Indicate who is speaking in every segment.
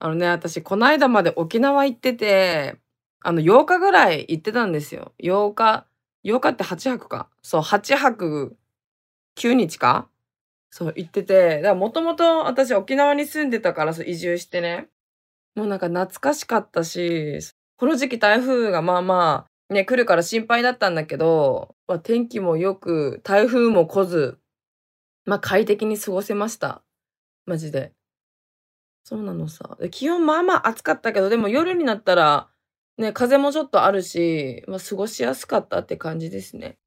Speaker 1: あのね、私こないだまで沖縄行ってて、あの、8日ぐらい行ってたんですよ。8日8日って8泊か。そう、8泊9日か、そう、行ってて、だからもともと私沖縄に住んでたから、そう、移住してね。もうなんか懐かしかったし、この時期台風がまあまあ、ね、来るから心配だったんだけど、ま、天気も良く、台風も来ず、ま、快適に過ごせました。マジで。そうなのさ。で、気温まあまあ暑かったけど、でも夜になったら、ね、風もちょっとあるし、ま、過ごしやすかったって感じですね。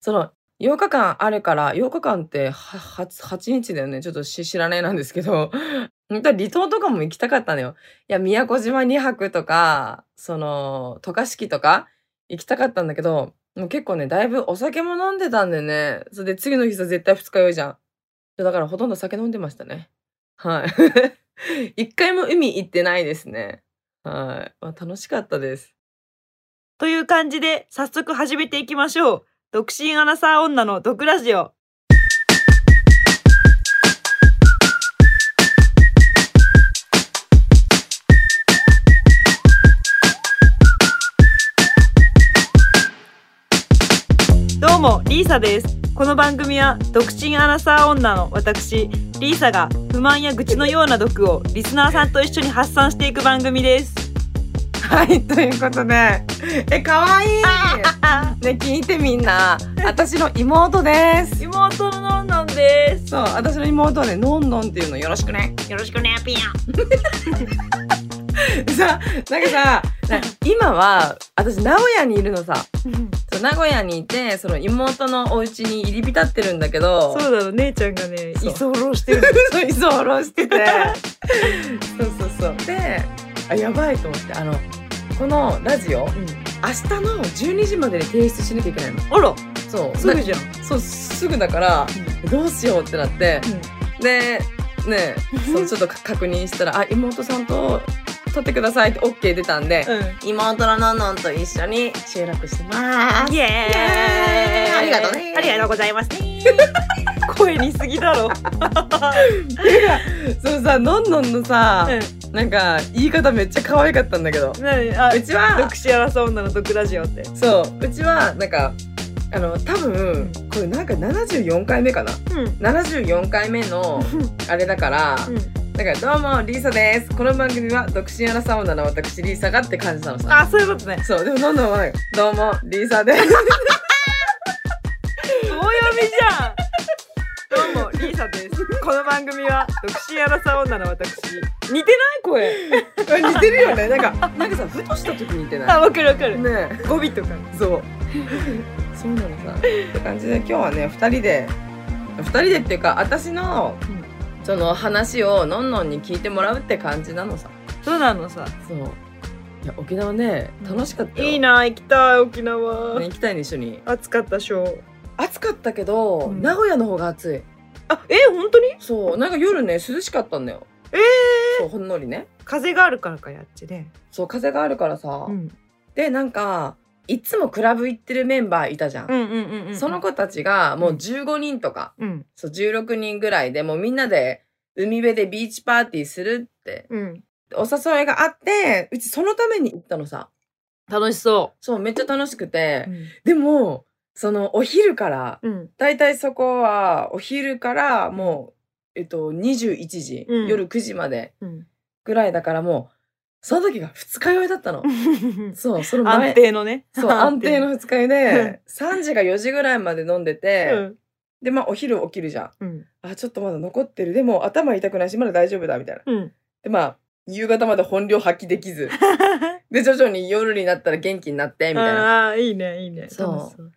Speaker 1: その、8日間あるから、8日間ってははつ8日だよね。ちょっとし知らないなんですけど、 ほんとは離島とかも行きたかったのよ。いや、宮古島2泊とか、その、渡嘉敷とか行きたかったんだけど、もう結構ね、だいぶお酒も飲んでたんでね、それで次の日さ、絶対二日酔いじゃん。で、だからほとんど酒飲んでましたね。はい。1回も 海行ってないですね。はい。ま、楽しかったです。
Speaker 2: という感じで、早速始めていきましょう。独身アラサー女の毒ラジオ。どうも、リーサです。この番組は、独身アラサー女の私、リーサが不満や愚痴のような毒をリスナーさんと一緒に発散していく番組です。
Speaker 1: はい、ということで、え、可愛いね、聞いてみんな。私の妹です。
Speaker 2: 妹ののんのんです。
Speaker 1: そう、私の妹はね、のんのんっていうのよろしくね。
Speaker 2: よろしくね、ピア。
Speaker 1: さ、なんかさ、な今は私名古屋にいるのさ。そう名古屋にいて、その妹のお家に入り浸ってるんだけど。
Speaker 2: そうだろ、姉ちゃんがね、居候してる。
Speaker 1: そう、居候してて。そうそうそう。で、あ、やばいと思って、あの、このラジオ、うん、明日の12時までに提出しなきゃいけないの。
Speaker 2: あら
Speaker 1: そう。
Speaker 2: すぐじゃん。
Speaker 1: そう、すぐだから、うん、どうしようってなって、うん、で、ねそのちょっと確認したら、あ、妹さんと撮ってくださいって OK 出たんで、うん、妹ののんのんと一緒に収録してます。
Speaker 2: イエー
Speaker 1: あ
Speaker 2: イ
Speaker 1: りがとうね。
Speaker 2: ありがとうございますね。 声にすぎだ ろ。
Speaker 1: そのさ、のんのんのさ、うん、なんか言い方めっちゃ可愛かったんだけど。
Speaker 2: あ
Speaker 1: うちは、
Speaker 2: 独身争う女の毒ラジオって。
Speaker 1: そう、うちはなんか、あの多分、うん、これなんか74回目かな、うん、74回目のあれだから、うんだからどうもリーサですこの番組は独身アラサー女の私リーサがって感じなのさ
Speaker 2: あそういうことね
Speaker 1: そうでもどんどんなんかどうもリーサです
Speaker 2: 棒読みじゃんどうもリーサですこの番組は独身アラサー女の私似てない声
Speaker 1: 似てるよねなんかなんかさふとした時似てない
Speaker 2: あわかるわかる
Speaker 1: ね
Speaker 2: 語尾とか
Speaker 1: そうそうなのさって感じで今日はね二人で二人でっていうか私の、うんその話をのんのんに聞いてもらうって感じなのさ
Speaker 2: そうなのさ
Speaker 1: そういや沖縄ね楽しかった
Speaker 2: いいな行きたい沖縄、
Speaker 1: ね、行きたいね一緒に
Speaker 2: 暑かったしょ
Speaker 1: 暑かったけど、うん、名古屋の方が暑い
Speaker 2: あえー、本当に
Speaker 1: そうなんか夜ね涼しかったんだよ
Speaker 2: え
Speaker 1: ー、そうほんのりね
Speaker 2: 風があるからかやっちね
Speaker 1: そう風があるからさ、うん、でなんかいつもクラブ行ってるメンバーいたじゃん。その子たちがもう15人とか、うん、そう16人ぐらいでもうみんなで海辺でビーチパーティーするって、うん、お誘いがあってうちそのために行ったのさ。。
Speaker 2: 楽しそう
Speaker 1: そうめっちゃ楽しくて、うん、でもそのお昼から、うん、だいたいそこはお昼からもう、えっと、21時、夜9時までぐらいだからもう。その時が二日酔いだったの。そう、その
Speaker 2: 前。安定のね。
Speaker 1: そう、 安定の二日酔いで、3時か4時ぐらいまで飲んでて、うん、で、まあお昼起きるじゃん。うん、あ、ちょっとまだ残ってる。でも頭痛くないし、まだ大丈夫だ、みたいな。うん、 で、まあ、夕方まで本領発揮で きず。で、徐々に夜になったら元気になって、みたいな。
Speaker 2: ああ、いいね、いいね。
Speaker 1: そう。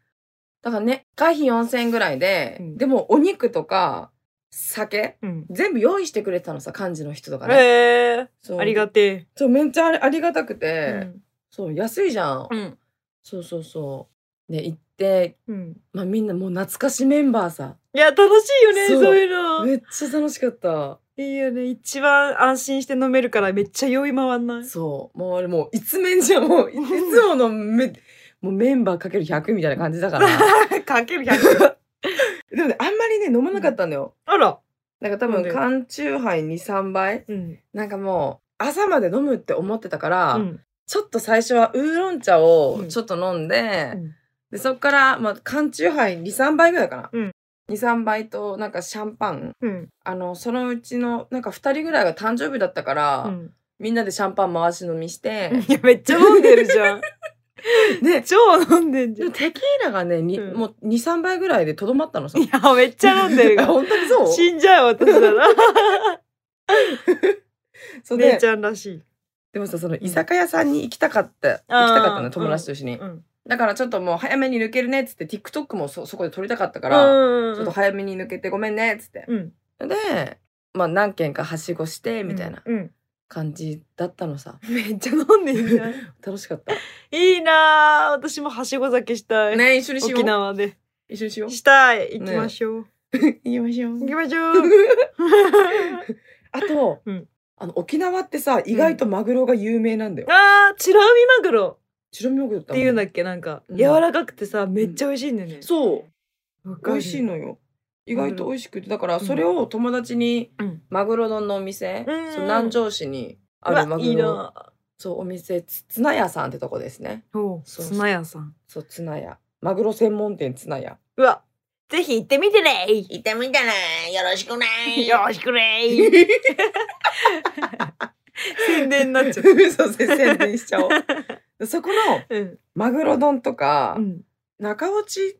Speaker 1: だからね、会費4000円ぐらいで、でもお肉とか、酒、うん、全部用意してくれたのさ幹事の人とかね、
Speaker 2: えー、そうありがてえ
Speaker 1: そうめっちゃありがたくて、うん、そう安いじゃん、うん、そうそうそうで行って、まあみんなもう懐かしメンバーさ
Speaker 2: いや楽しいよねそういうの
Speaker 1: めっちゃ楽しかった
Speaker 2: いいよね一番安心して飲めるからめっちゃ酔い回んない
Speaker 1: そうもうあれもう一面じゃもういつものめもうメンバーかける100みたい な感じだから
Speaker 2: かける100
Speaker 1: でもね、あんまりね、飲まなかったんだよ。
Speaker 2: うん、あら。
Speaker 1: なんか多
Speaker 2: なん
Speaker 1: 分
Speaker 2: で
Speaker 1: 缶チューハイ23杯
Speaker 2: うん。
Speaker 1: なんかもう朝まで飲むって思ってたから、
Speaker 2: うん。
Speaker 1: ちょっと最初はウーロン茶
Speaker 2: う
Speaker 1: を
Speaker 2: ん
Speaker 1: ちょっと飲んで、
Speaker 2: うん
Speaker 1: でそっから、まあ、缶チューハイ23杯ぐらいかな、
Speaker 2: うん
Speaker 1: 23杯となんかシャンパン
Speaker 2: うん。
Speaker 1: あのそのうちのなんか2人ぐらいが誕生日だったから、
Speaker 2: うん
Speaker 1: みんなでシャンパン回し飲みして、
Speaker 2: いや、めっちゃ飲んでるじ ゃん。
Speaker 1: で
Speaker 2: 超飲んでんじ
Speaker 1: で
Speaker 2: ゃん
Speaker 1: も。テキーラがね、に
Speaker 2: うん
Speaker 1: もう23杯ぐらいでとどまったのさ
Speaker 2: いや、めっちゃ飲んでる
Speaker 1: あ
Speaker 2: よ。
Speaker 1: 本当にそう
Speaker 2: 死んじゃう私だ な。
Speaker 1: そうで
Speaker 2: 姉ちゃんらしい。
Speaker 1: でもさその居酒屋さんに行きたかった、
Speaker 2: あー
Speaker 1: 行きたかったの友達と一緒に、
Speaker 2: うん。
Speaker 1: だからちょっともう早めに抜けるねっつって TikTok もそそこで撮りたかったか、
Speaker 2: からら
Speaker 1: ちょっと早めに抜けてごめんねっつって、
Speaker 2: うん。
Speaker 1: でまあ何軒かはしごしてみたいな
Speaker 2: うん。
Speaker 1: 感じだったのさ
Speaker 2: めっちゃ飲んでんじゃん。
Speaker 1: 楽しかった
Speaker 2: いいなあ私もはしご酒したい。
Speaker 1: ね一緒にしよ
Speaker 2: 沖
Speaker 1: う
Speaker 2: 縄で。
Speaker 1: 一緒にしよう
Speaker 2: したい。行きましょう。
Speaker 1: 行きましょう
Speaker 2: 行きまし ょう。
Speaker 1: あと、
Speaker 2: うん
Speaker 1: あの沖縄ってさ意外とマグロが有名なんだよ、
Speaker 2: あー、チラウミマグロ
Speaker 1: 白身マグロっ
Speaker 2: っていうんだ
Speaker 1: っ
Speaker 2: っけなんか、
Speaker 1: うん
Speaker 2: 柔らかくてさ、めっちゃ美味しいんだよね
Speaker 1: け。そう
Speaker 2: わか
Speaker 1: 美
Speaker 2: る
Speaker 1: 味しい。のよ意外と美味しくてだから
Speaker 2: うん
Speaker 1: それを友達に、
Speaker 2: うん
Speaker 1: マグロ丼のお店、
Speaker 2: うん
Speaker 1: そう南城市にあ
Speaker 2: うわ
Speaker 1: るマ
Speaker 2: い
Speaker 1: グ
Speaker 2: い
Speaker 1: ロ
Speaker 2: なあ
Speaker 1: そうお店つつなやさんってとこですね
Speaker 2: おう、
Speaker 1: そう
Speaker 2: 砂屋さん。
Speaker 1: そうつなやマグロ専門店つなや
Speaker 2: うわ、ぜひ行ってみてね
Speaker 1: 行ってみたらよろしくない
Speaker 2: よろしくねー 宣伝になっちゃっ
Speaker 1: そう宣伝しちゃお うそこの
Speaker 2: た。 うん。
Speaker 1: マグロ丼とか、
Speaker 2: うん。
Speaker 1: 中落ち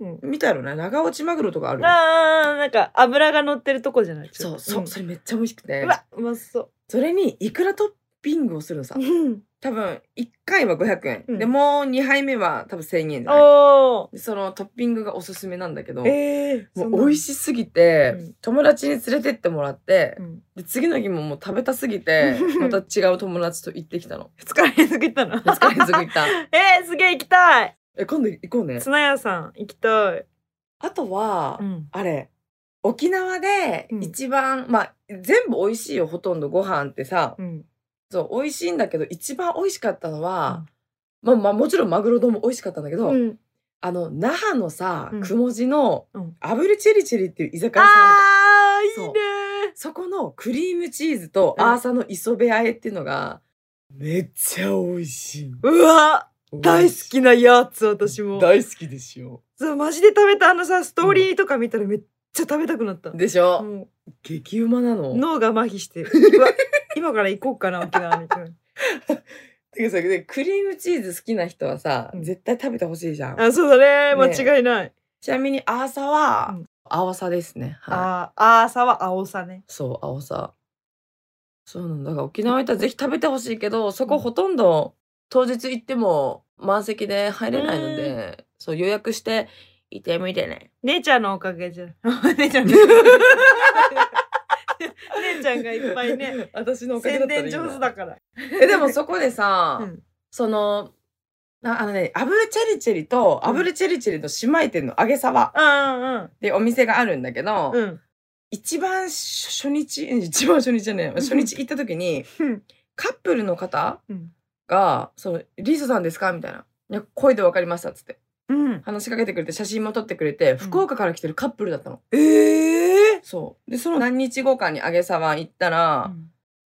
Speaker 2: うん
Speaker 1: みたいな長落ちマグロとかあるよ
Speaker 2: あー、なんか油が乗ってるとこじゃない
Speaker 1: そう
Speaker 2: ちょ
Speaker 1: そ
Speaker 2: っ
Speaker 1: う
Speaker 2: と
Speaker 1: それめっちゃ美味しく
Speaker 2: うん
Speaker 1: て
Speaker 2: うわ、うまそう。
Speaker 1: それにいくらトッピングをするのさ
Speaker 2: うん
Speaker 1: 多分1回は500円、
Speaker 2: うん
Speaker 1: でもう2杯目は多分1,000円じゃない
Speaker 2: おー。
Speaker 1: でそのトッピングがおすすめなんだけど、
Speaker 2: ええ
Speaker 1: もう美味
Speaker 2: い。
Speaker 1: しすぎて、
Speaker 2: うん
Speaker 1: 友達に連れてってもらって
Speaker 2: う、ん
Speaker 1: で次の日ももう食べたすぎてまた違う友達と行ってきたの
Speaker 2: 二日連続行ったの。
Speaker 1: 2日連続行 った
Speaker 2: えー、すげえ行きたい。
Speaker 1: え今度行こうね
Speaker 2: 綱屋さん行きたい。
Speaker 1: あとは、
Speaker 2: ん。
Speaker 1: あれ沖縄で
Speaker 2: うん
Speaker 1: 一番、まあ全部美味しいよほとんどご飯ってさ、
Speaker 2: うん。
Speaker 1: そう美味しいんだけど一番美味しかったのは、まあまあもちろんマグロ丼も美味しかったんだけど、
Speaker 2: うん。
Speaker 1: あの那覇のさ、
Speaker 2: うん
Speaker 1: くもじの、
Speaker 2: うん
Speaker 1: 炙りチェリチェリっていう居酒屋さんある
Speaker 2: あー、いいね
Speaker 1: そうそこのクリームチーズとアーサの磯辺あえっていうのが、めっちゃ美味しい。
Speaker 2: ー。うわ、大好きなやつ、私も。
Speaker 1: 大好きですよ。
Speaker 2: そう、マジで食べたあのさ、ストーリーとか見たらめっちゃ食べたくなった。
Speaker 1: でしょ、
Speaker 2: も
Speaker 1: 激うまな
Speaker 2: う
Speaker 1: の。
Speaker 2: 脳が麻痺 してる。うわ今から行こうかな、沖縄に行く。
Speaker 1: てかさでクリームチーズ好きな人はさ、
Speaker 2: うん
Speaker 1: 絶対食べてほしいじゃん。
Speaker 2: あ、そうだね。
Speaker 1: ね
Speaker 2: 間違いない。
Speaker 1: ちなみにアーサは、
Speaker 2: うん
Speaker 1: アワサですね。はい。
Speaker 2: あー、あーさは青さね。
Speaker 1: そう、アワサ。そうなんだだから沖縄行ったらぜひ食べてほしいけど、そこほとんど当日行っても満席で入れないので、そう予約して行ってみてね。
Speaker 2: 姉ちゃんのおかげじゃ。 姉ちゃんの。 姉ちゃんがいっぱいね。。
Speaker 1: 私のおかげだ
Speaker 2: 宣
Speaker 1: ったらい
Speaker 2: 伝
Speaker 1: いな
Speaker 2: 上手だから。
Speaker 1: えでもそこでさ、
Speaker 2: うん
Speaker 1: そのなあのね、アブルチェリチェリと、
Speaker 2: うん
Speaker 1: アブルチェリチェリの姉妹店の揚げ沢
Speaker 2: うん
Speaker 1: でお店があるんだけど、
Speaker 2: うんうん。
Speaker 1: 一番初日、うん一番初日じゃねえ、初日行った時に、
Speaker 2: うん
Speaker 1: カップルの方
Speaker 2: うん
Speaker 1: が、その、リーサさんですかみたいな。いや声で分かりましたっつって
Speaker 2: うん。
Speaker 1: 話しかけてくれて写真も撮ってくれて、福岡から来てるカップルだったの。
Speaker 2: ええ。
Speaker 1: そうでその何日後かに揚げ沢行ったら、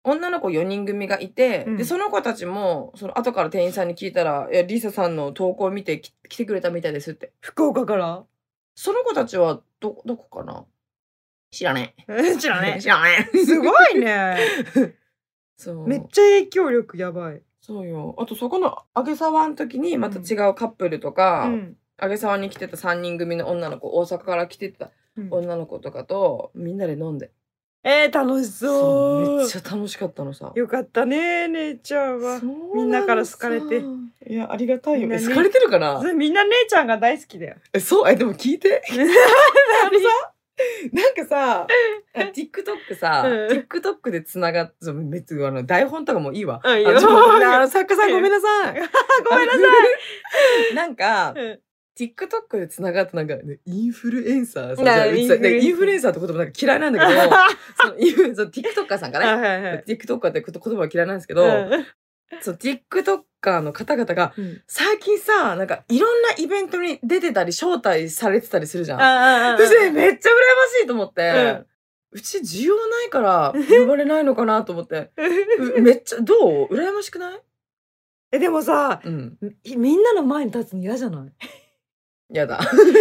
Speaker 1: 女の子4人組がいて、
Speaker 2: うん
Speaker 1: でその子たちもその後から店員さんに聞いたら「いやリサさんの投稿を見てき来てくれたみたいです」って
Speaker 2: 福岡から。
Speaker 1: その子たちはどどこかな知らね
Speaker 2: え、 知
Speaker 1: え
Speaker 2: らね
Speaker 1: 知。らねえ
Speaker 2: すごいね。
Speaker 1: そう
Speaker 2: めっちゃ影響力やばい。
Speaker 1: そうよあとそこの揚げ沢の時にまた違うカップルとか、
Speaker 2: うん
Speaker 1: 揚げ沢に来てた3人組の女の子大阪から来てた
Speaker 2: うん
Speaker 1: 女の子とかとみんなで飲んで
Speaker 2: えー、楽し
Speaker 1: そう
Speaker 2: そ
Speaker 1: め
Speaker 2: う
Speaker 1: っち。ゃ楽しかったのさ
Speaker 2: よかったね、姉ちゃんは。みんなから好かれて
Speaker 1: いやありがたいよ
Speaker 2: みんな
Speaker 1: え
Speaker 2: ね
Speaker 1: 好かれてるかな
Speaker 2: それみんな姉ちゃんが大好 きだよ。
Speaker 1: えそうえでも聞い て
Speaker 2: 何
Speaker 1: なんか さ TikTok さ、
Speaker 2: うん
Speaker 1: TikTok でつながっそうめっちゃあの台本とかもういいわ、
Speaker 2: うんいいよ
Speaker 1: あちょっとごめんなあの作家さんごめんなさい
Speaker 2: ごめんなさ
Speaker 1: い なんか
Speaker 2: い。
Speaker 1: TikTok でつながったなんか、ね、インフルエンサーさ
Speaker 2: うん
Speaker 1: じゃあうちさね
Speaker 2: イ
Speaker 1: イン
Speaker 2: ン
Speaker 1: フ
Speaker 2: フル
Speaker 1: ル
Speaker 2: エ
Speaker 1: エ
Speaker 2: ン
Speaker 1: ンサーって言葉なんか嫌いなんだけど そのインフルその TikToker さんか
Speaker 2: は
Speaker 1: ね
Speaker 2: いはいはい。
Speaker 1: TikToker って言葉は嫌いなんですけど、その TikToker の方々が
Speaker 2: うん
Speaker 1: 最近さなんかいろんなイベントに出てたり招待されてたりするじゃん。
Speaker 2: ああああ
Speaker 1: そしてめっちゃ羨ましいと思って、うち需要ない から呼ばれないのかなと思って。うめっちゃ、どう羨ましくない
Speaker 2: えでもさ
Speaker 1: うん。
Speaker 2: みみんなの前に立つの嫌じゃない
Speaker 1: や だ。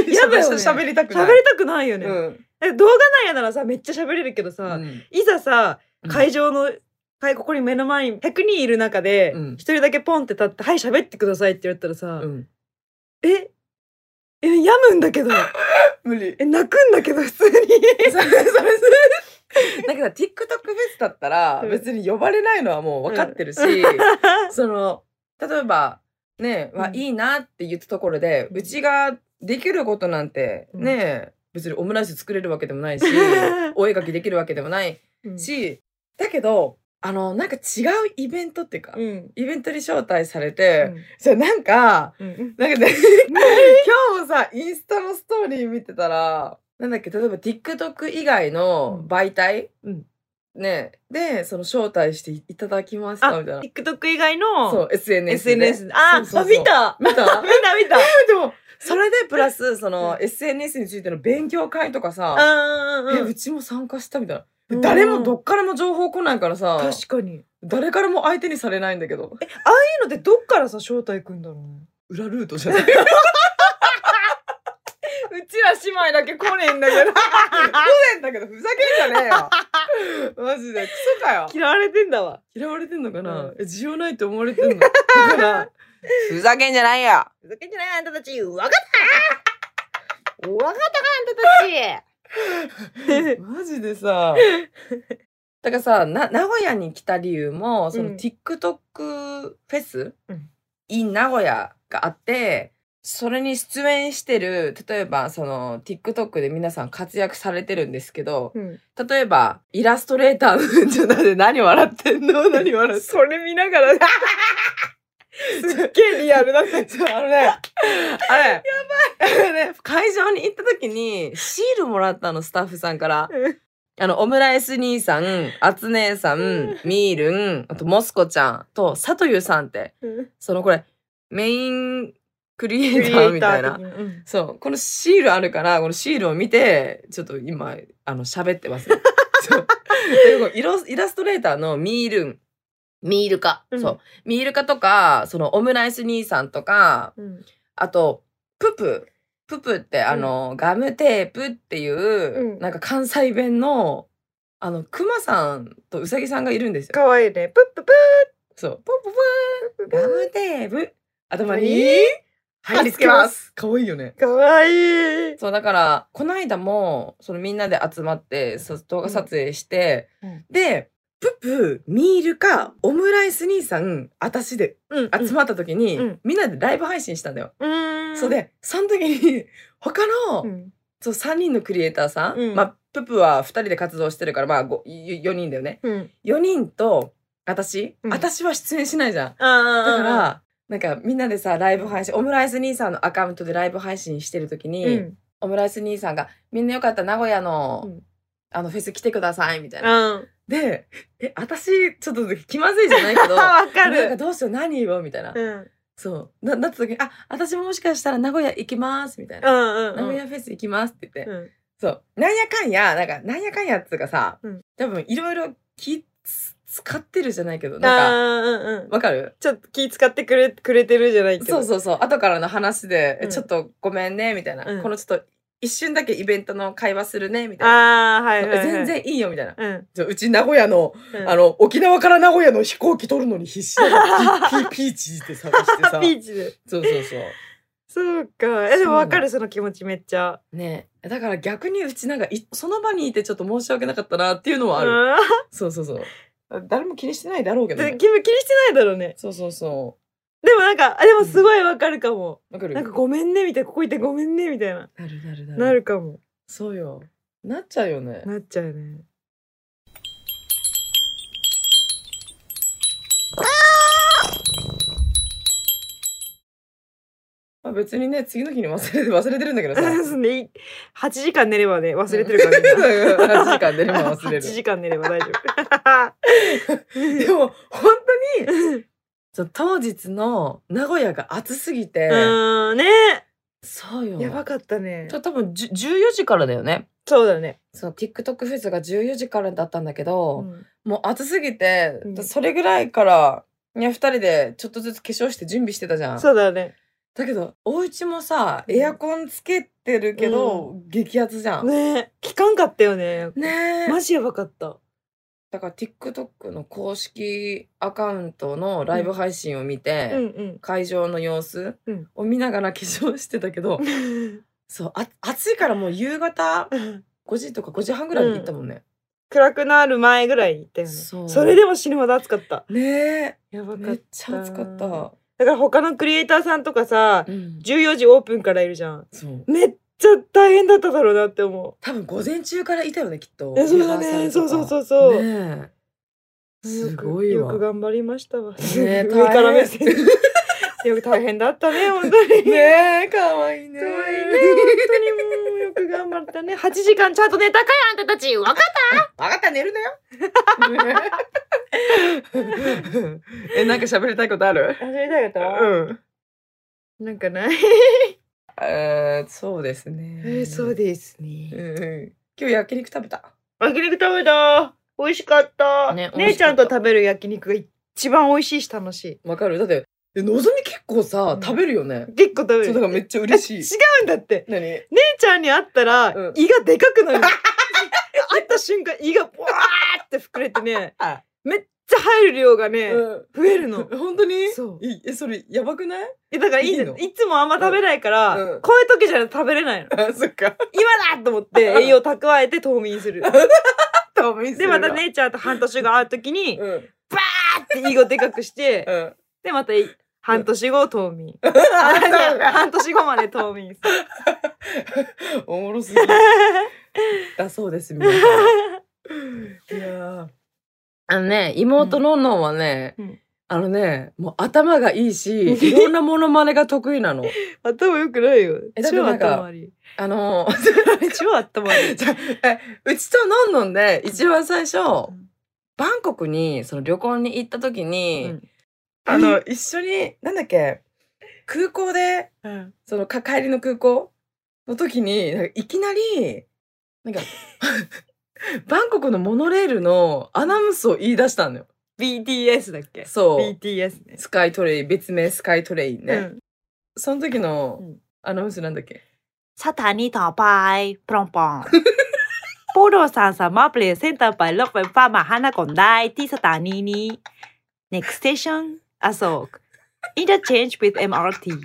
Speaker 2: 嫌だよね
Speaker 1: 喋りたくない。
Speaker 2: 喋りたくないよね、
Speaker 1: うん
Speaker 2: え動画なんやならさめっちゃ喋れるけどさ、
Speaker 1: うん
Speaker 2: いざさ
Speaker 1: うん
Speaker 2: 会場の、はいここに目の前に100人いる中で、
Speaker 1: うん
Speaker 2: 一人だけポンって立って「はい喋ってください」って言われたらさ、
Speaker 1: うん。
Speaker 2: ええやむんだけ ど
Speaker 1: 無理。
Speaker 2: え泣くんだけど普通に
Speaker 1: それそれそれ だけど TikTok フェスだったら
Speaker 2: うん
Speaker 1: 別に呼ばれないのはもう分かってるし、 その例えばね、は
Speaker 2: うん
Speaker 1: いいなって言ったところでうちができることなんて
Speaker 2: うん
Speaker 1: ね、別にオムライス作れるわけでも ないしお絵描きできるわけでもない
Speaker 2: うん
Speaker 1: しだけどあのなんか違うイベントっていうか、
Speaker 2: うん
Speaker 1: イベントに招待され
Speaker 2: う
Speaker 1: て、
Speaker 2: ん
Speaker 1: じゃなんか
Speaker 2: うん
Speaker 1: なんかね今日もさインスタのストーリー見てたらなんだっけ例えば TikTok 以外の媒体、
Speaker 2: うん
Speaker 1: ねでその招待していただきました
Speaker 2: あ
Speaker 1: みたいな
Speaker 2: TikTok 以外の
Speaker 1: そう SNS で
Speaker 2: SNS あ
Speaker 1: そうそう
Speaker 2: あ
Speaker 1: そう
Speaker 2: 見た
Speaker 1: 見た
Speaker 2: 見た 見た
Speaker 1: でもそれでプラスその
Speaker 2: う
Speaker 1: SNS についての勉強会とかさ
Speaker 2: あ
Speaker 1: えうちも参加したみたいな
Speaker 2: うん
Speaker 1: 誰もどっからも情報来ないからさ
Speaker 2: 確かに
Speaker 1: 誰からも相手にされないんだけど
Speaker 2: そういうのってどっからさ招待くんだろうね
Speaker 1: 裏ルートじゃない
Speaker 2: うちら姉妹だけ来ねえんだけ
Speaker 1: 不
Speaker 2: ど
Speaker 1: 便だけどふざけんじゃねえよマジでクソかよ
Speaker 2: 嫌われてんだわ
Speaker 1: 嫌われてんのかな、
Speaker 2: うん
Speaker 1: え需要ないって思われてんのだから ふざけんじゃないよ
Speaker 2: ふざけんじゃないあんたたちわかったわかったかあんたたち
Speaker 1: マジでさ だからさな名古屋に来た理由もその
Speaker 2: うん
Speaker 1: TikTok フェス、
Speaker 2: うん
Speaker 1: in 名古屋があってそれに出演してる例えばその TikTok で皆さん活躍されてるんですけど例えばイラストレーターのちょっと待って何笑ってん の何笑ってんの
Speaker 2: それ見な がらすっげえリアルだね
Speaker 1: そうあのね、あれ、やばい。 ね、会場に行った時に、シールもらったの、スタッフさんから。あの、オムライス兄さん、あつ姉さん、みーるん、あと、モスコちゃんと、さとゆさんって、そのこれ、メインクリエイターみたいな。そう、このシールあるから、このシールを見て、ちょっと今、あの、喋って ます。そう。でこうイラスイラストレーターのミールン、ミールカ、
Speaker 2: うん
Speaker 1: そう。ミールカとか、そのオムライス兄さんとか、あと、ププ。ププって、あの、ガムテープっていう、
Speaker 2: うん
Speaker 1: なんか関西弁の、あの、クマさんとウサギさんがいるんですよ。
Speaker 2: かわいいねプッププ
Speaker 1: そう。ポンポンポンガムテープ。頭に
Speaker 2: え、
Speaker 1: 貼り付けます。かわいいよね。
Speaker 2: ーかわいい
Speaker 1: そう、だから、この間も、そのみんなで集まって、そ動画撮影して、
Speaker 2: うんうん
Speaker 1: で、ププ、ミールか、オムライス兄さん、私で
Speaker 2: うん
Speaker 1: 集まった時に、
Speaker 2: うん
Speaker 1: みんなでライブ配信したんだよ。
Speaker 2: うん
Speaker 1: そうで、その時に、他の、
Speaker 2: うん
Speaker 1: そう3人のクリエイターさん、
Speaker 2: うん
Speaker 1: まあププは2人で活動してるからまあ4人だよね
Speaker 2: うん
Speaker 1: 4人と私、
Speaker 2: うん
Speaker 1: 私は出演しないじゃんだ
Speaker 2: だ
Speaker 1: からなんかみんなでさライブ配信オムライス兄さんのアカウントでライブ配信してる時に、
Speaker 2: うん
Speaker 1: オムライス兄さんが「みんなよかったら名古屋の,、
Speaker 2: うん
Speaker 1: あのフェス来てください」みたいな。
Speaker 2: うん
Speaker 1: で「え私ちょっと気まずいじゃない けどな
Speaker 2: わか
Speaker 1: んか
Speaker 2: る
Speaker 1: どうしよう何言おう」みたいな、
Speaker 2: うん
Speaker 1: そうななった時に「あ私ももしかしたら名古屋行きます」みたいな、
Speaker 2: うん
Speaker 1: 名
Speaker 2: うん
Speaker 1: 古屋フェス行きます」って言って。
Speaker 2: うん
Speaker 1: そう。なんやかんや、なんか、なんやかんやっつうかさ、
Speaker 2: うん
Speaker 1: 多分いろいろ気つ使ってるじゃないけど、なんか、
Speaker 2: あーうんうん
Speaker 1: わかる
Speaker 2: ちょっと気使ってくれくれてるじゃないけど
Speaker 1: そうそうそう。後からの話で、え
Speaker 2: うん
Speaker 1: ちょっとごめんね、みたいな。
Speaker 2: うん
Speaker 1: このちょっと、一瞬だけイベントの会話するね、みたいな。
Speaker 2: ああはいはい、はい、
Speaker 1: 全然いいよ、みたいな。
Speaker 2: うん
Speaker 1: じゃあうち名古屋の、
Speaker 2: うん
Speaker 1: あの、沖縄から名古屋の飛行機取るのに必死 だピピピーチって探して
Speaker 2: ハ
Speaker 1: さ
Speaker 2: ッ。ピーチで
Speaker 1: そうそうそう。
Speaker 2: そうかえでもわかるその気持ちめっちゃ
Speaker 1: ねだから逆にうちなんかい、その場にいてちょっと申し訳なかったなっていうのはある。そうそうそう。誰も気にしてないだろうけ
Speaker 2: うん
Speaker 1: ど、ね
Speaker 2: で。気分気にしてないだろうね
Speaker 1: そうそうそ
Speaker 2: でもなんかあでもすごいわかるかも、
Speaker 1: う。わかる
Speaker 2: なんかごめんねみたいなここいてごめんねみたいな、
Speaker 1: なるなるなる。
Speaker 2: なるかも
Speaker 1: そうよ。なっちゃうよね。
Speaker 2: なっちゃうね
Speaker 1: まあ、別にね、次の日に忘れて、忘れてるんだけどさ。
Speaker 2: そんでい8時間寝ればね忘れてるからみんな
Speaker 1: 8時間寝れば忘れる。
Speaker 2: 8時間寝れば大丈
Speaker 1: で
Speaker 2: 夫
Speaker 1: も、本当に、その当日の名古屋が暑すぎて、
Speaker 2: うんね
Speaker 1: そうよ。
Speaker 2: やばかったね
Speaker 1: じゃあ多分じゅ14時からだよね。
Speaker 2: そうだね、
Speaker 1: そう、TikTok フェスが14時からだったんだけど、
Speaker 2: うん
Speaker 1: もう暑すぎて、
Speaker 2: うん
Speaker 1: それぐらいから、ね、二人でちょっとずつ化粧して準備してたじゃん。
Speaker 2: そうだね
Speaker 1: だけど、お家もさ、
Speaker 2: うん
Speaker 1: エアコンつけてるけど、激アツじゃん。ね
Speaker 2: ねえ聞かんかったよね
Speaker 1: え。
Speaker 2: マジやばかった
Speaker 1: だから TikTok の公式アカウントのライブ配信を見て、
Speaker 2: うんうん
Speaker 1: 会場の様子
Speaker 2: うん
Speaker 1: を見ながら化粧してたけど、そうあ暑いからもう夕方5時 とか5時半ぐらいに行ったもんね、
Speaker 2: 暗くなる前ぐらいに行ったよね
Speaker 1: そ
Speaker 2: そうれでも死ぬほど暑かった
Speaker 1: ね
Speaker 2: やば
Speaker 1: え
Speaker 2: か
Speaker 1: め
Speaker 2: っ
Speaker 1: っちゃ暑かった、
Speaker 2: だから他のクリエイターさんとかさ
Speaker 1: うん、
Speaker 2: 14時オープンからいるじゃん
Speaker 1: そう
Speaker 2: めっちゃ大変だっただろうなって思
Speaker 1: 多分午前中からいたよねきっと
Speaker 2: うえそうだねそうそうそうそ
Speaker 1: ね
Speaker 2: う、
Speaker 1: え
Speaker 2: よく
Speaker 1: すごいわ
Speaker 2: よく頑張りましたわ、
Speaker 1: ね
Speaker 2: 上から目
Speaker 1: 大
Speaker 2: 線
Speaker 1: 変ね
Speaker 2: よく大変だったね本当 に
Speaker 1: えかわいいね
Speaker 2: 可愛いね本当にもうよく頑張ったね8時間ちゃんと寝たかいあんたたちわかっ
Speaker 1: 分かった寝るなよえなんか喋りたいことある
Speaker 2: 忘れたかった、
Speaker 1: うん
Speaker 2: なんかない
Speaker 1: えー、そうですね
Speaker 2: えーそうですね
Speaker 1: うんうん今日焼肉食べた
Speaker 2: 焼肉食べた美味しかった,、
Speaker 1: ね美味
Speaker 2: 姉
Speaker 1: し
Speaker 2: ち
Speaker 1: か
Speaker 2: ゃ
Speaker 1: った
Speaker 2: んと食べる焼肉が一番美味しいし楽しい
Speaker 1: わかるだってえのぞみ結構さ、
Speaker 2: うん
Speaker 1: 食べるよね
Speaker 2: 結構食べる
Speaker 1: そうだからめっちゃ嬉 しい
Speaker 2: 違うんだって
Speaker 1: 何
Speaker 2: 姉ちゃんに会ったら、
Speaker 1: うん
Speaker 2: 胃がでかくなる 会った瞬間胃がブワーって膨れてね
Speaker 1: あ
Speaker 2: めっちゃ入る量がね、
Speaker 1: うん
Speaker 2: 増えるの
Speaker 1: 本当に
Speaker 2: そう
Speaker 1: いえそれやばくない
Speaker 2: えだからいいじゃん
Speaker 1: いいの
Speaker 2: いつもあんま食べないから、
Speaker 1: うんうん
Speaker 2: こういう時じゃ食べれないの
Speaker 1: あそっ か
Speaker 2: 今だと思って栄養蓄えて冬眠するでまた姉ちゃんと半年後会う時に
Speaker 1: う
Speaker 2: バ
Speaker 1: んうん
Speaker 2: ーって胃をでかくして でまたい半年後冬眠
Speaker 1: あそうか
Speaker 2: 半年後まで冬眠する
Speaker 1: おもろすぎ るだそうです皆さ んいやーあのね妹のんのんはね、
Speaker 2: うん
Speaker 1: あのねもう頭がいいし
Speaker 2: うん
Speaker 1: いろんなモノマネが得意な の
Speaker 2: 頭良くないよ
Speaker 1: えだって
Speaker 2: 超
Speaker 1: なんか
Speaker 2: 頭悪 い
Speaker 1: あの
Speaker 2: 超頭悪い
Speaker 1: じゃえうちとのんのんで一番最初、
Speaker 2: ん
Speaker 1: バンコクにその旅行に行った時に、
Speaker 2: うん
Speaker 1: あの一緒になんだっけ空港で
Speaker 2: うん
Speaker 1: そのか帰りの空港の時になんかいきなりなんか バンコクのモノレールのアナウンスを言い出したのよ。
Speaker 2: BTS だっけ
Speaker 1: そう
Speaker 2: BTS ね
Speaker 1: スカイトレイン別名スカイトレインね、
Speaker 2: うん
Speaker 1: その時の
Speaker 2: うん
Speaker 1: アナウンスなんだっけ
Speaker 2: サタニタパイプロンポ ンポロさんさマプレセンターパイロッペンパーマハナコンダイティサタニニネクステーションアソークインターチェンジ with MRT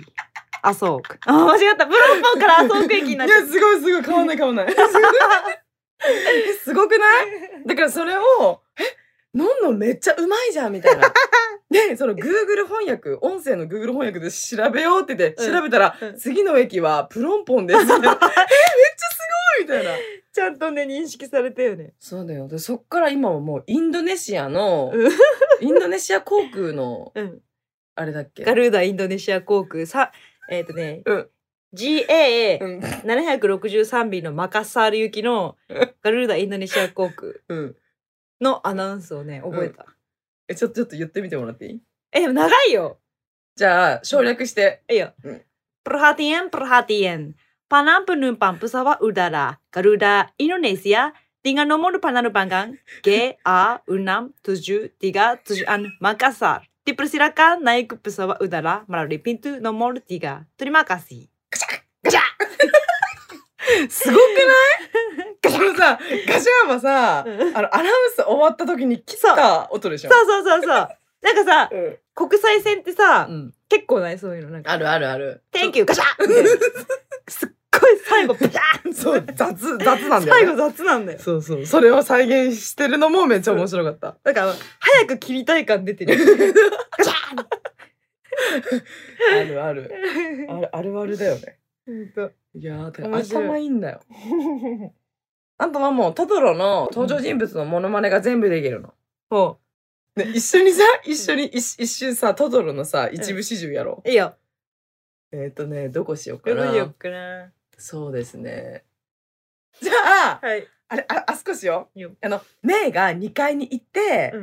Speaker 2: アソーク あ間違ったプロンポンからアソーク駅になっ
Speaker 1: い
Speaker 2: ちゃ
Speaker 1: や
Speaker 2: っ
Speaker 1: すごいすごい変わんない変わんないすごいすごくないだからそれを「えのんのんめっちゃうまいじゃん」みたいな。でその Google 翻訳音声の Google 翻訳で調べようって言って
Speaker 2: うん
Speaker 1: 調べたら、
Speaker 2: うん
Speaker 1: 次の駅はプロンポン ですえめっちゃすごいみたいな。
Speaker 2: た ちゃんとね認識されたよね
Speaker 1: そうだよでそっから今はもうインドネシアの
Speaker 2: うん
Speaker 1: インドネシア航空の
Speaker 2: うん
Speaker 1: あれだっけ
Speaker 2: ガルーダインドネシア航空さえっ、とね、
Speaker 1: うん
Speaker 2: GA763
Speaker 1: うん
Speaker 2: 便のマカッサール行きのガルーダインドネシア航空
Speaker 1: うん
Speaker 2: のアナウンスをね覚えた、
Speaker 1: えちょっとちょっと言ってみてもらっていい
Speaker 2: え、でも長いよ。
Speaker 1: じゃあ省略して
Speaker 2: いいよ。
Speaker 1: うん
Speaker 2: Perhatian, perhatian. Panam penumpang pesawat udara Garuda Indonesia dengan nomor penerbangan GA6737 Makassar. Dipersilakan naik ke pesawat udara melalui pintu nomor 3. Terima kasih.
Speaker 1: すごくない このさガシャンはさ
Speaker 2: うん
Speaker 1: あのアナウンス終わった時に切った音でしょ
Speaker 2: そうそうそうそう。なんかさ、
Speaker 1: うん
Speaker 2: 国際線ってさ、
Speaker 1: うん
Speaker 2: 結構ないそういうの。なんか、
Speaker 1: あるあるある
Speaker 2: Thank you! ガシャンみたいなすっごい最後、ピシャン
Speaker 1: そう雑雑なんだ
Speaker 2: 最
Speaker 1: よ、
Speaker 2: 後
Speaker 1: ね、
Speaker 2: 雑なんだよ。
Speaker 1: そうそうそれを再現してるのもめっちゃ面白かった、
Speaker 2: なんか、早く切りたい感出てる。ガシャーン
Speaker 1: あるあるあるあるあるだよねいやーだから
Speaker 2: 面白い
Speaker 1: 頭いいんだ よあとはもうトトロの登場人物のモノマネが全部できるの、
Speaker 2: も
Speaker 1: ね、一緒にさ一緒に一一瞬さトトロのさ一部始終やろ
Speaker 2: う、いいよ。
Speaker 1: う、えっ、とねどこしようか
Speaker 2: よ
Speaker 1: な
Speaker 2: くよくな。
Speaker 1: そうですね じゃあ
Speaker 2: はい。
Speaker 1: あれああそこしよう
Speaker 2: よ
Speaker 1: あのメイが2階に行って、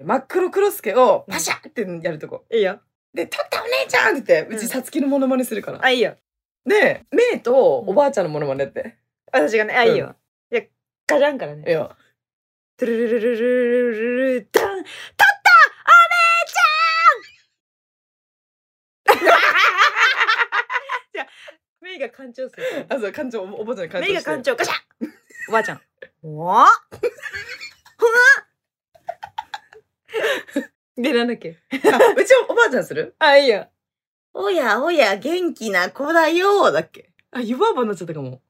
Speaker 1: 真っ黒クロスケをパシャってやるとこ
Speaker 2: いいよ。
Speaker 1: で「取ったお姉ちゃん!」って言ってうちさつきのモノマネするから、
Speaker 2: あ、いいよ。
Speaker 1: で、メイとおばあちゃんのものまねって。
Speaker 2: 私がね、あ、
Speaker 1: うん
Speaker 2: いいよ。じゃ、ガジャンから
Speaker 1: い
Speaker 2: ね。
Speaker 1: や、
Speaker 2: トゥルルルルルルルルダン。取ったお姉ちゃんじゃあ、メイが感情する。
Speaker 1: あ、そう、感情、おおばあちゃんに感情
Speaker 2: メイ
Speaker 1: して。
Speaker 2: が感情、ガシャンおばあちゃん。おぉで、なんだっけ
Speaker 1: あうちおばあちゃんする
Speaker 2: あ、いいよ。
Speaker 1: おやおや、元気な子だよだっけあ、湯婆婆になっちゃったかも。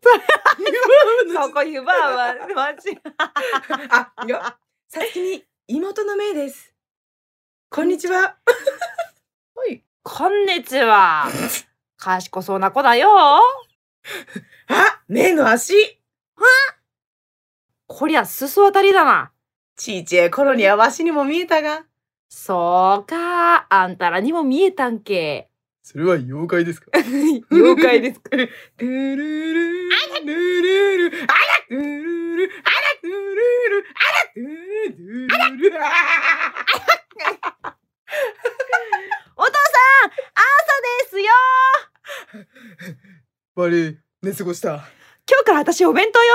Speaker 1: 湯婆婆
Speaker 2: そ
Speaker 1: になっ
Speaker 2: こ湯婆は、マジ。
Speaker 1: ちゃった。 あ、いや、さっきに妹のメイです。こんにちは。はい。
Speaker 2: こんにちは。賢そうな子だよ。
Speaker 1: あ、メイの足。
Speaker 2: こりゃ、裾当たりだな。
Speaker 1: ちいちゃい頃にはわしにも見えたが。
Speaker 2: そうか、あんたらにも見えたん け。
Speaker 1: それは妖怪ですか
Speaker 2: 妖怪ですか。
Speaker 1: ルルルルルルあらルルルあらルルルあらルルルあらルルル
Speaker 2: お父さん、朝ですよ。
Speaker 1: 悪い寝過ごした
Speaker 2: 今日から私お弁当よ。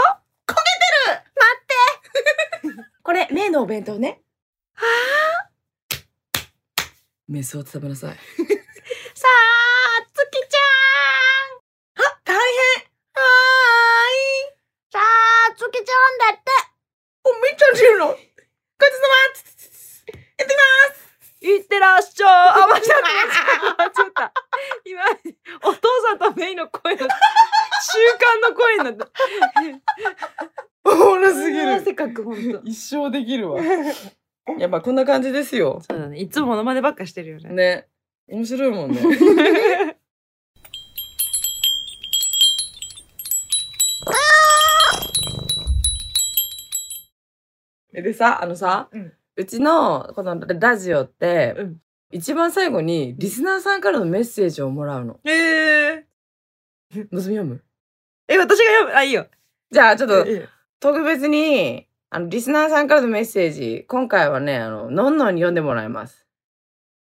Speaker 1: これメイのお弁当ねメスを食べなさい
Speaker 2: さあ、つきち
Speaker 1: あ大変
Speaker 2: ゃん。はーい。さあ、つきちゃんだって。
Speaker 1: おめっちゃ汁のごちそうさまいってき
Speaker 2: いってらっしゃい。あ、間違った。間違った。今、お父さんとメイの声の、習慣の声になった。
Speaker 1: ますおもろすぎる
Speaker 2: 汗かく、ほんと。
Speaker 1: 一生できるわ やっぱこんな感じですよ
Speaker 2: そうだね。いつもモノマネばっかしてるよね。
Speaker 1: ね面白いもん ねでさあのさ、
Speaker 2: うん
Speaker 1: うちのこのラジオって、
Speaker 2: うん
Speaker 1: 一番最後にリスナーさんからのメッセージをもらうの。
Speaker 2: えー、
Speaker 1: のぞみ読む
Speaker 2: え、私が読む。あ、いいよ。
Speaker 1: じゃあちょっと
Speaker 2: いいよ
Speaker 1: 特別にあのリスナーさんからのメッセージ今回はねあののんのんに読んでもらいます。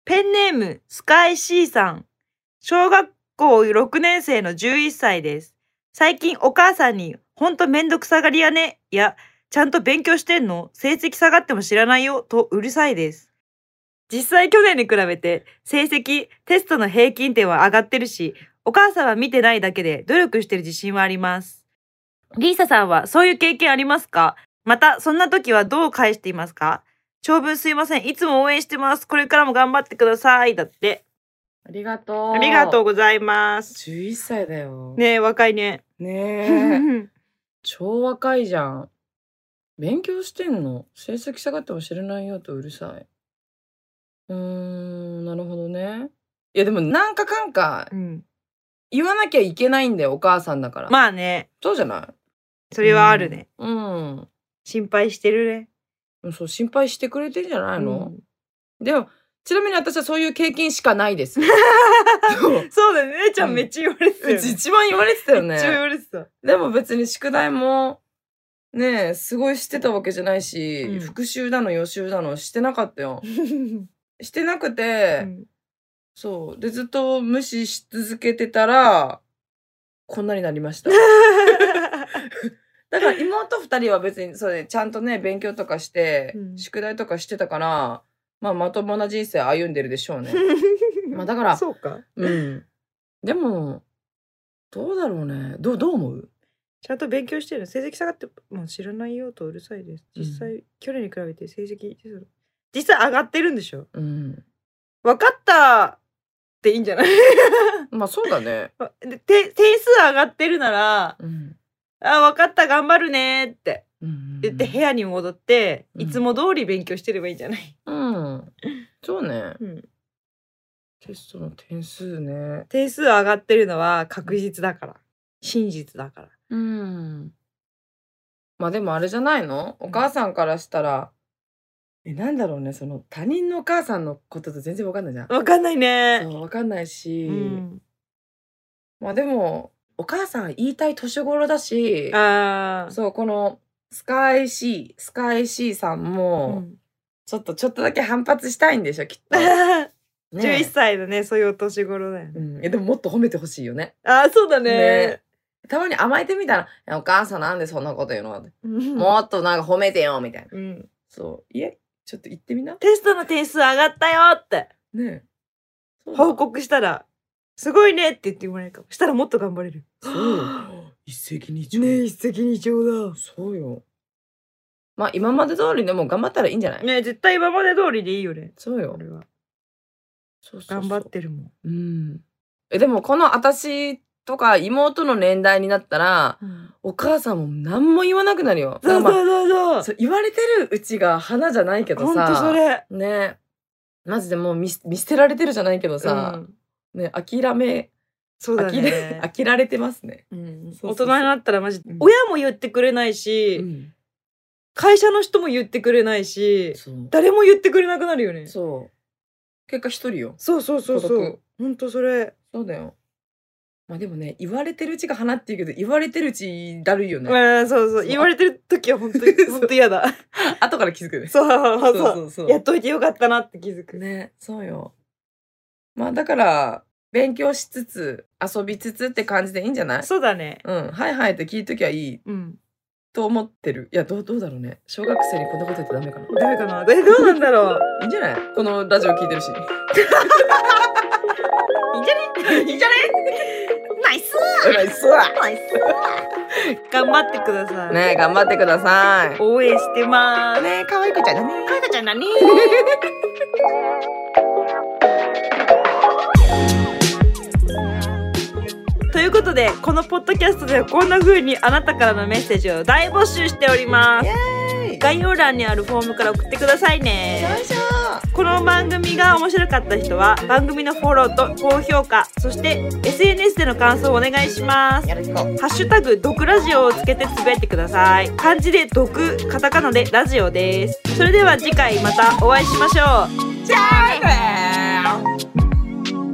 Speaker 2: ペンネーム、スカイシーさん。小学校6年生の11歳です。最近お母さんに、ほんとめんどくさがりやね。いや、ちゃんと勉強してんの成績下がっても知らないよ。とうるさいです。実際去年に比べて、成績、テストの平均点は上がってるし、お母さんは見てないだけで努力してる自信はあります。リーサさんはそういう経験ありますかまた、そんな時はどう返していますか長文すいません。いつも応援してます。これからも頑張ってください。だって。
Speaker 1: ありがとう。
Speaker 2: ありがとう
Speaker 1: う。
Speaker 2: ございます。
Speaker 1: 11歳だよ。
Speaker 2: ねえ、若いね。
Speaker 1: ねえ。 超若いじゃん。勉強してんの成績下がっても知らないよとうるさい。うーん、なるほどね。いやでもなんかかんか
Speaker 2: うん、
Speaker 1: 言わなきゃいけないんだよ、お母さんだから。
Speaker 2: まあね、
Speaker 1: そうじゃない
Speaker 2: それはあるね。
Speaker 1: うん。
Speaker 2: 心配してるね。
Speaker 1: そう、心配してくれてんじゃないの、
Speaker 2: うん
Speaker 1: でも、ちなみに私はそういう経験しかないです。 そう。
Speaker 2: そうだね。姉ちゃんめっちゃ言われてた
Speaker 1: う
Speaker 2: よ
Speaker 1: ち
Speaker 2: ね。
Speaker 1: 一番言われてたよ
Speaker 2: めっちゃ言
Speaker 1: ね。
Speaker 2: われてた。
Speaker 1: でも別に宿題も、ねえ、すごいしてたわけじゃないし、
Speaker 2: うん
Speaker 1: 復習だの予習だのしてなかったよ。してなくて、そう。で、ずっと無視し続けてたら、こんなになりま した。だから妹二人は別に、そうね、ちゃんとね、勉強とかして、
Speaker 2: うん
Speaker 1: 宿題とかしてたから、まあ、まともな人生歩んでるでし ょうね。まあ、だから、
Speaker 2: そうか。
Speaker 1: うん。でも、どうだろうね。どう、どう思う
Speaker 2: ちゃんと勉強してる。成績下がっても知らないよとうるさいです。実際、去年に比べて成績、実際上がってるんでしょ
Speaker 1: うん。
Speaker 2: 分かったっていいんじゃない
Speaker 1: まあ、そうだね。
Speaker 2: でて点数上がってるなら
Speaker 1: うん。
Speaker 2: 「あ分かった頑張るね」って
Speaker 1: うん
Speaker 2: 言って部屋に戻って、
Speaker 1: うん
Speaker 2: いつも通り勉強してればいいんじゃない、
Speaker 1: うん。そうね。
Speaker 2: うん
Speaker 1: テストの点数ね。
Speaker 2: 点数上がってるのは確実だから真実だから
Speaker 1: うん。まあでもあれじゃないのお母さんからしたら、え、なんだろうね、その他人のお母さんのことと全然わかんないじゃん。
Speaker 2: 分かんないね
Speaker 1: そう、わかんないし、
Speaker 2: うん、
Speaker 1: まあでも、お母さん言いたい年頃だし、
Speaker 2: あー
Speaker 1: そう、このスカイシー、スカイシーさん
Speaker 2: う
Speaker 1: も、
Speaker 2: ん
Speaker 1: ちょっとちょっとだけ反発したいんでしょ、きっと。
Speaker 2: 11
Speaker 1: ね
Speaker 2: 歳のねそういうお年頃だよね
Speaker 1: うん、えでももっと褒めてほしいよね。
Speaker 2: あそうだね
Speaker 1: ねたまに甘えてみたらいや「お母さんなんでそんなこと言うの?」って
Speaker 2: うん
Speaker 1: もっとなんか褒めてよ」みたいな。
Speaker 2: うん、
Speaker 1: そういえちょっと言ってみな。
Speaker 2: テストの点数上がったよって
Speaker 1: ねえ。
Speaker 2: 報告したらすごいねって言ってもらえるかもしたらもっと頑張れる
Speaker 1: そう。 一石二鳥。
Speaker 2: ね一石二鳥
Speaker 1: そうよ。まあ今まで通りでも頑張ったらいいんじゃない、
Speaker 2: ね絶対今まで通りでいいよね
Speaker 1: そうよ。
Speaker 2: 俺は
Speaker 1: そうそうそ
Speaker 2: 頑
Speaker 1: う
Speaker 2: 張ってるもん
Speaker 1: うん。えでもこの私とか妹の年代になったらお母さんも何も言わなくなるよ。
Speaker 2: そ
Speaker 1: だ
Speaker 2: う
Speaker 1: からま
Speaker 2: そうそう
Speaker 1: あ
Speaker 2: そ
Speaker 1: そう言われてるうちが花じゃないけ
Speaker 2: う
Speaker 1: ど
Speaker 2: 本
Speaker 1: さ。
Speaker 2: 当それ
Speaker 1: ねマジでもう見す見捨てられてるじゃないけど
Speaker 2: う
Speaker 1: さ、
Speaker 2: ん
Speaker 1: ね諦め
Speaker 2: そうだ
Speaker 1: 諦め
Speaker 2: ね
Speaker 1: 飽きられてますね。
Speaker 2: うん
Speaker 1: そう
Speaker 2: 大
Speaker 1: そ
Speaker 2: 人
Speaker 1: うそう
Speaker 2: になったらマジ、
Speaker 1: うん
Speaker 2: 親も言ってくれないし、
Speaker 1: うん、
Speaker 2: 会社の人も言ってくれないし
Speaker 1: そう
Speaker 2: 誰も言ってくれなくなるよねそ
Speaker 1: そう結果一人よ。
Speaker 2: うそうそう
Speaker 1: 孤
Speaker 2: そう
Speaker 1: 独
Speaker 2: ほんとそれ、
Speaker 1: そうだよ。まあでもね、言われてるうちが花っていうけど、言われてるうちだるいよね。
Speaker 2: まあそうそう
Speaker 1: そう
Speaker 2: 言われてる時は本 当に
Speaker 1: そう
Speaker 2: 本当嫌だ
Speaker 1: 後から気づくよね。
Speaker 2: そうそうそう
Speaker 1: うそ
Speaker 2: やっといてよかったなって気づく
Speaker 1: ね、そうよ。まあだから、勉強しつつ、遊びつつって感じでいいんじゃない
Speaker 2: そうだね
Speaker 1: うん、はいはいって聞いときゃいい
Speaker 2: うん
Speaker 1: と思ってる。いや、どう、どうだろうね。小学生にこんなこと言ってダメかな。
Speaker 2: ダメかなえどうなんだろう
Speaker 1: いいんじゃないこのラジオ聞いてるし。
Speaker 2: いいんじゃ
Speaker 1: いいんじゃない
Speaker 2: ナイス
Speaker 1: ナイスわ
Speaker 2: ナイス頑張ってください
Speaker 1: ね頑張ってください。
Speaker 2: 応援してます
Speaker 1: ね可愛い子ちゃんだね。
Speaker 2: かいかちゃん何 ということでこのポッドキャストではこんな風にあなたからのメッセージを大募集しております概要欄にあるフォームから送ってくださいね
Speaker 1: よいしょ
Speaker 2: この番組が面白かった人は番組のフォローと高評価そして SNS での感想をお願いします
Speaker 1: やるこ
Speaker 2: ハッシュタグ毒ラジオをつけてつぶやいてください。漢字で毒、カタカナでラジオです。それでは次回またお会いしましょう。
Speaker 1: じゃあね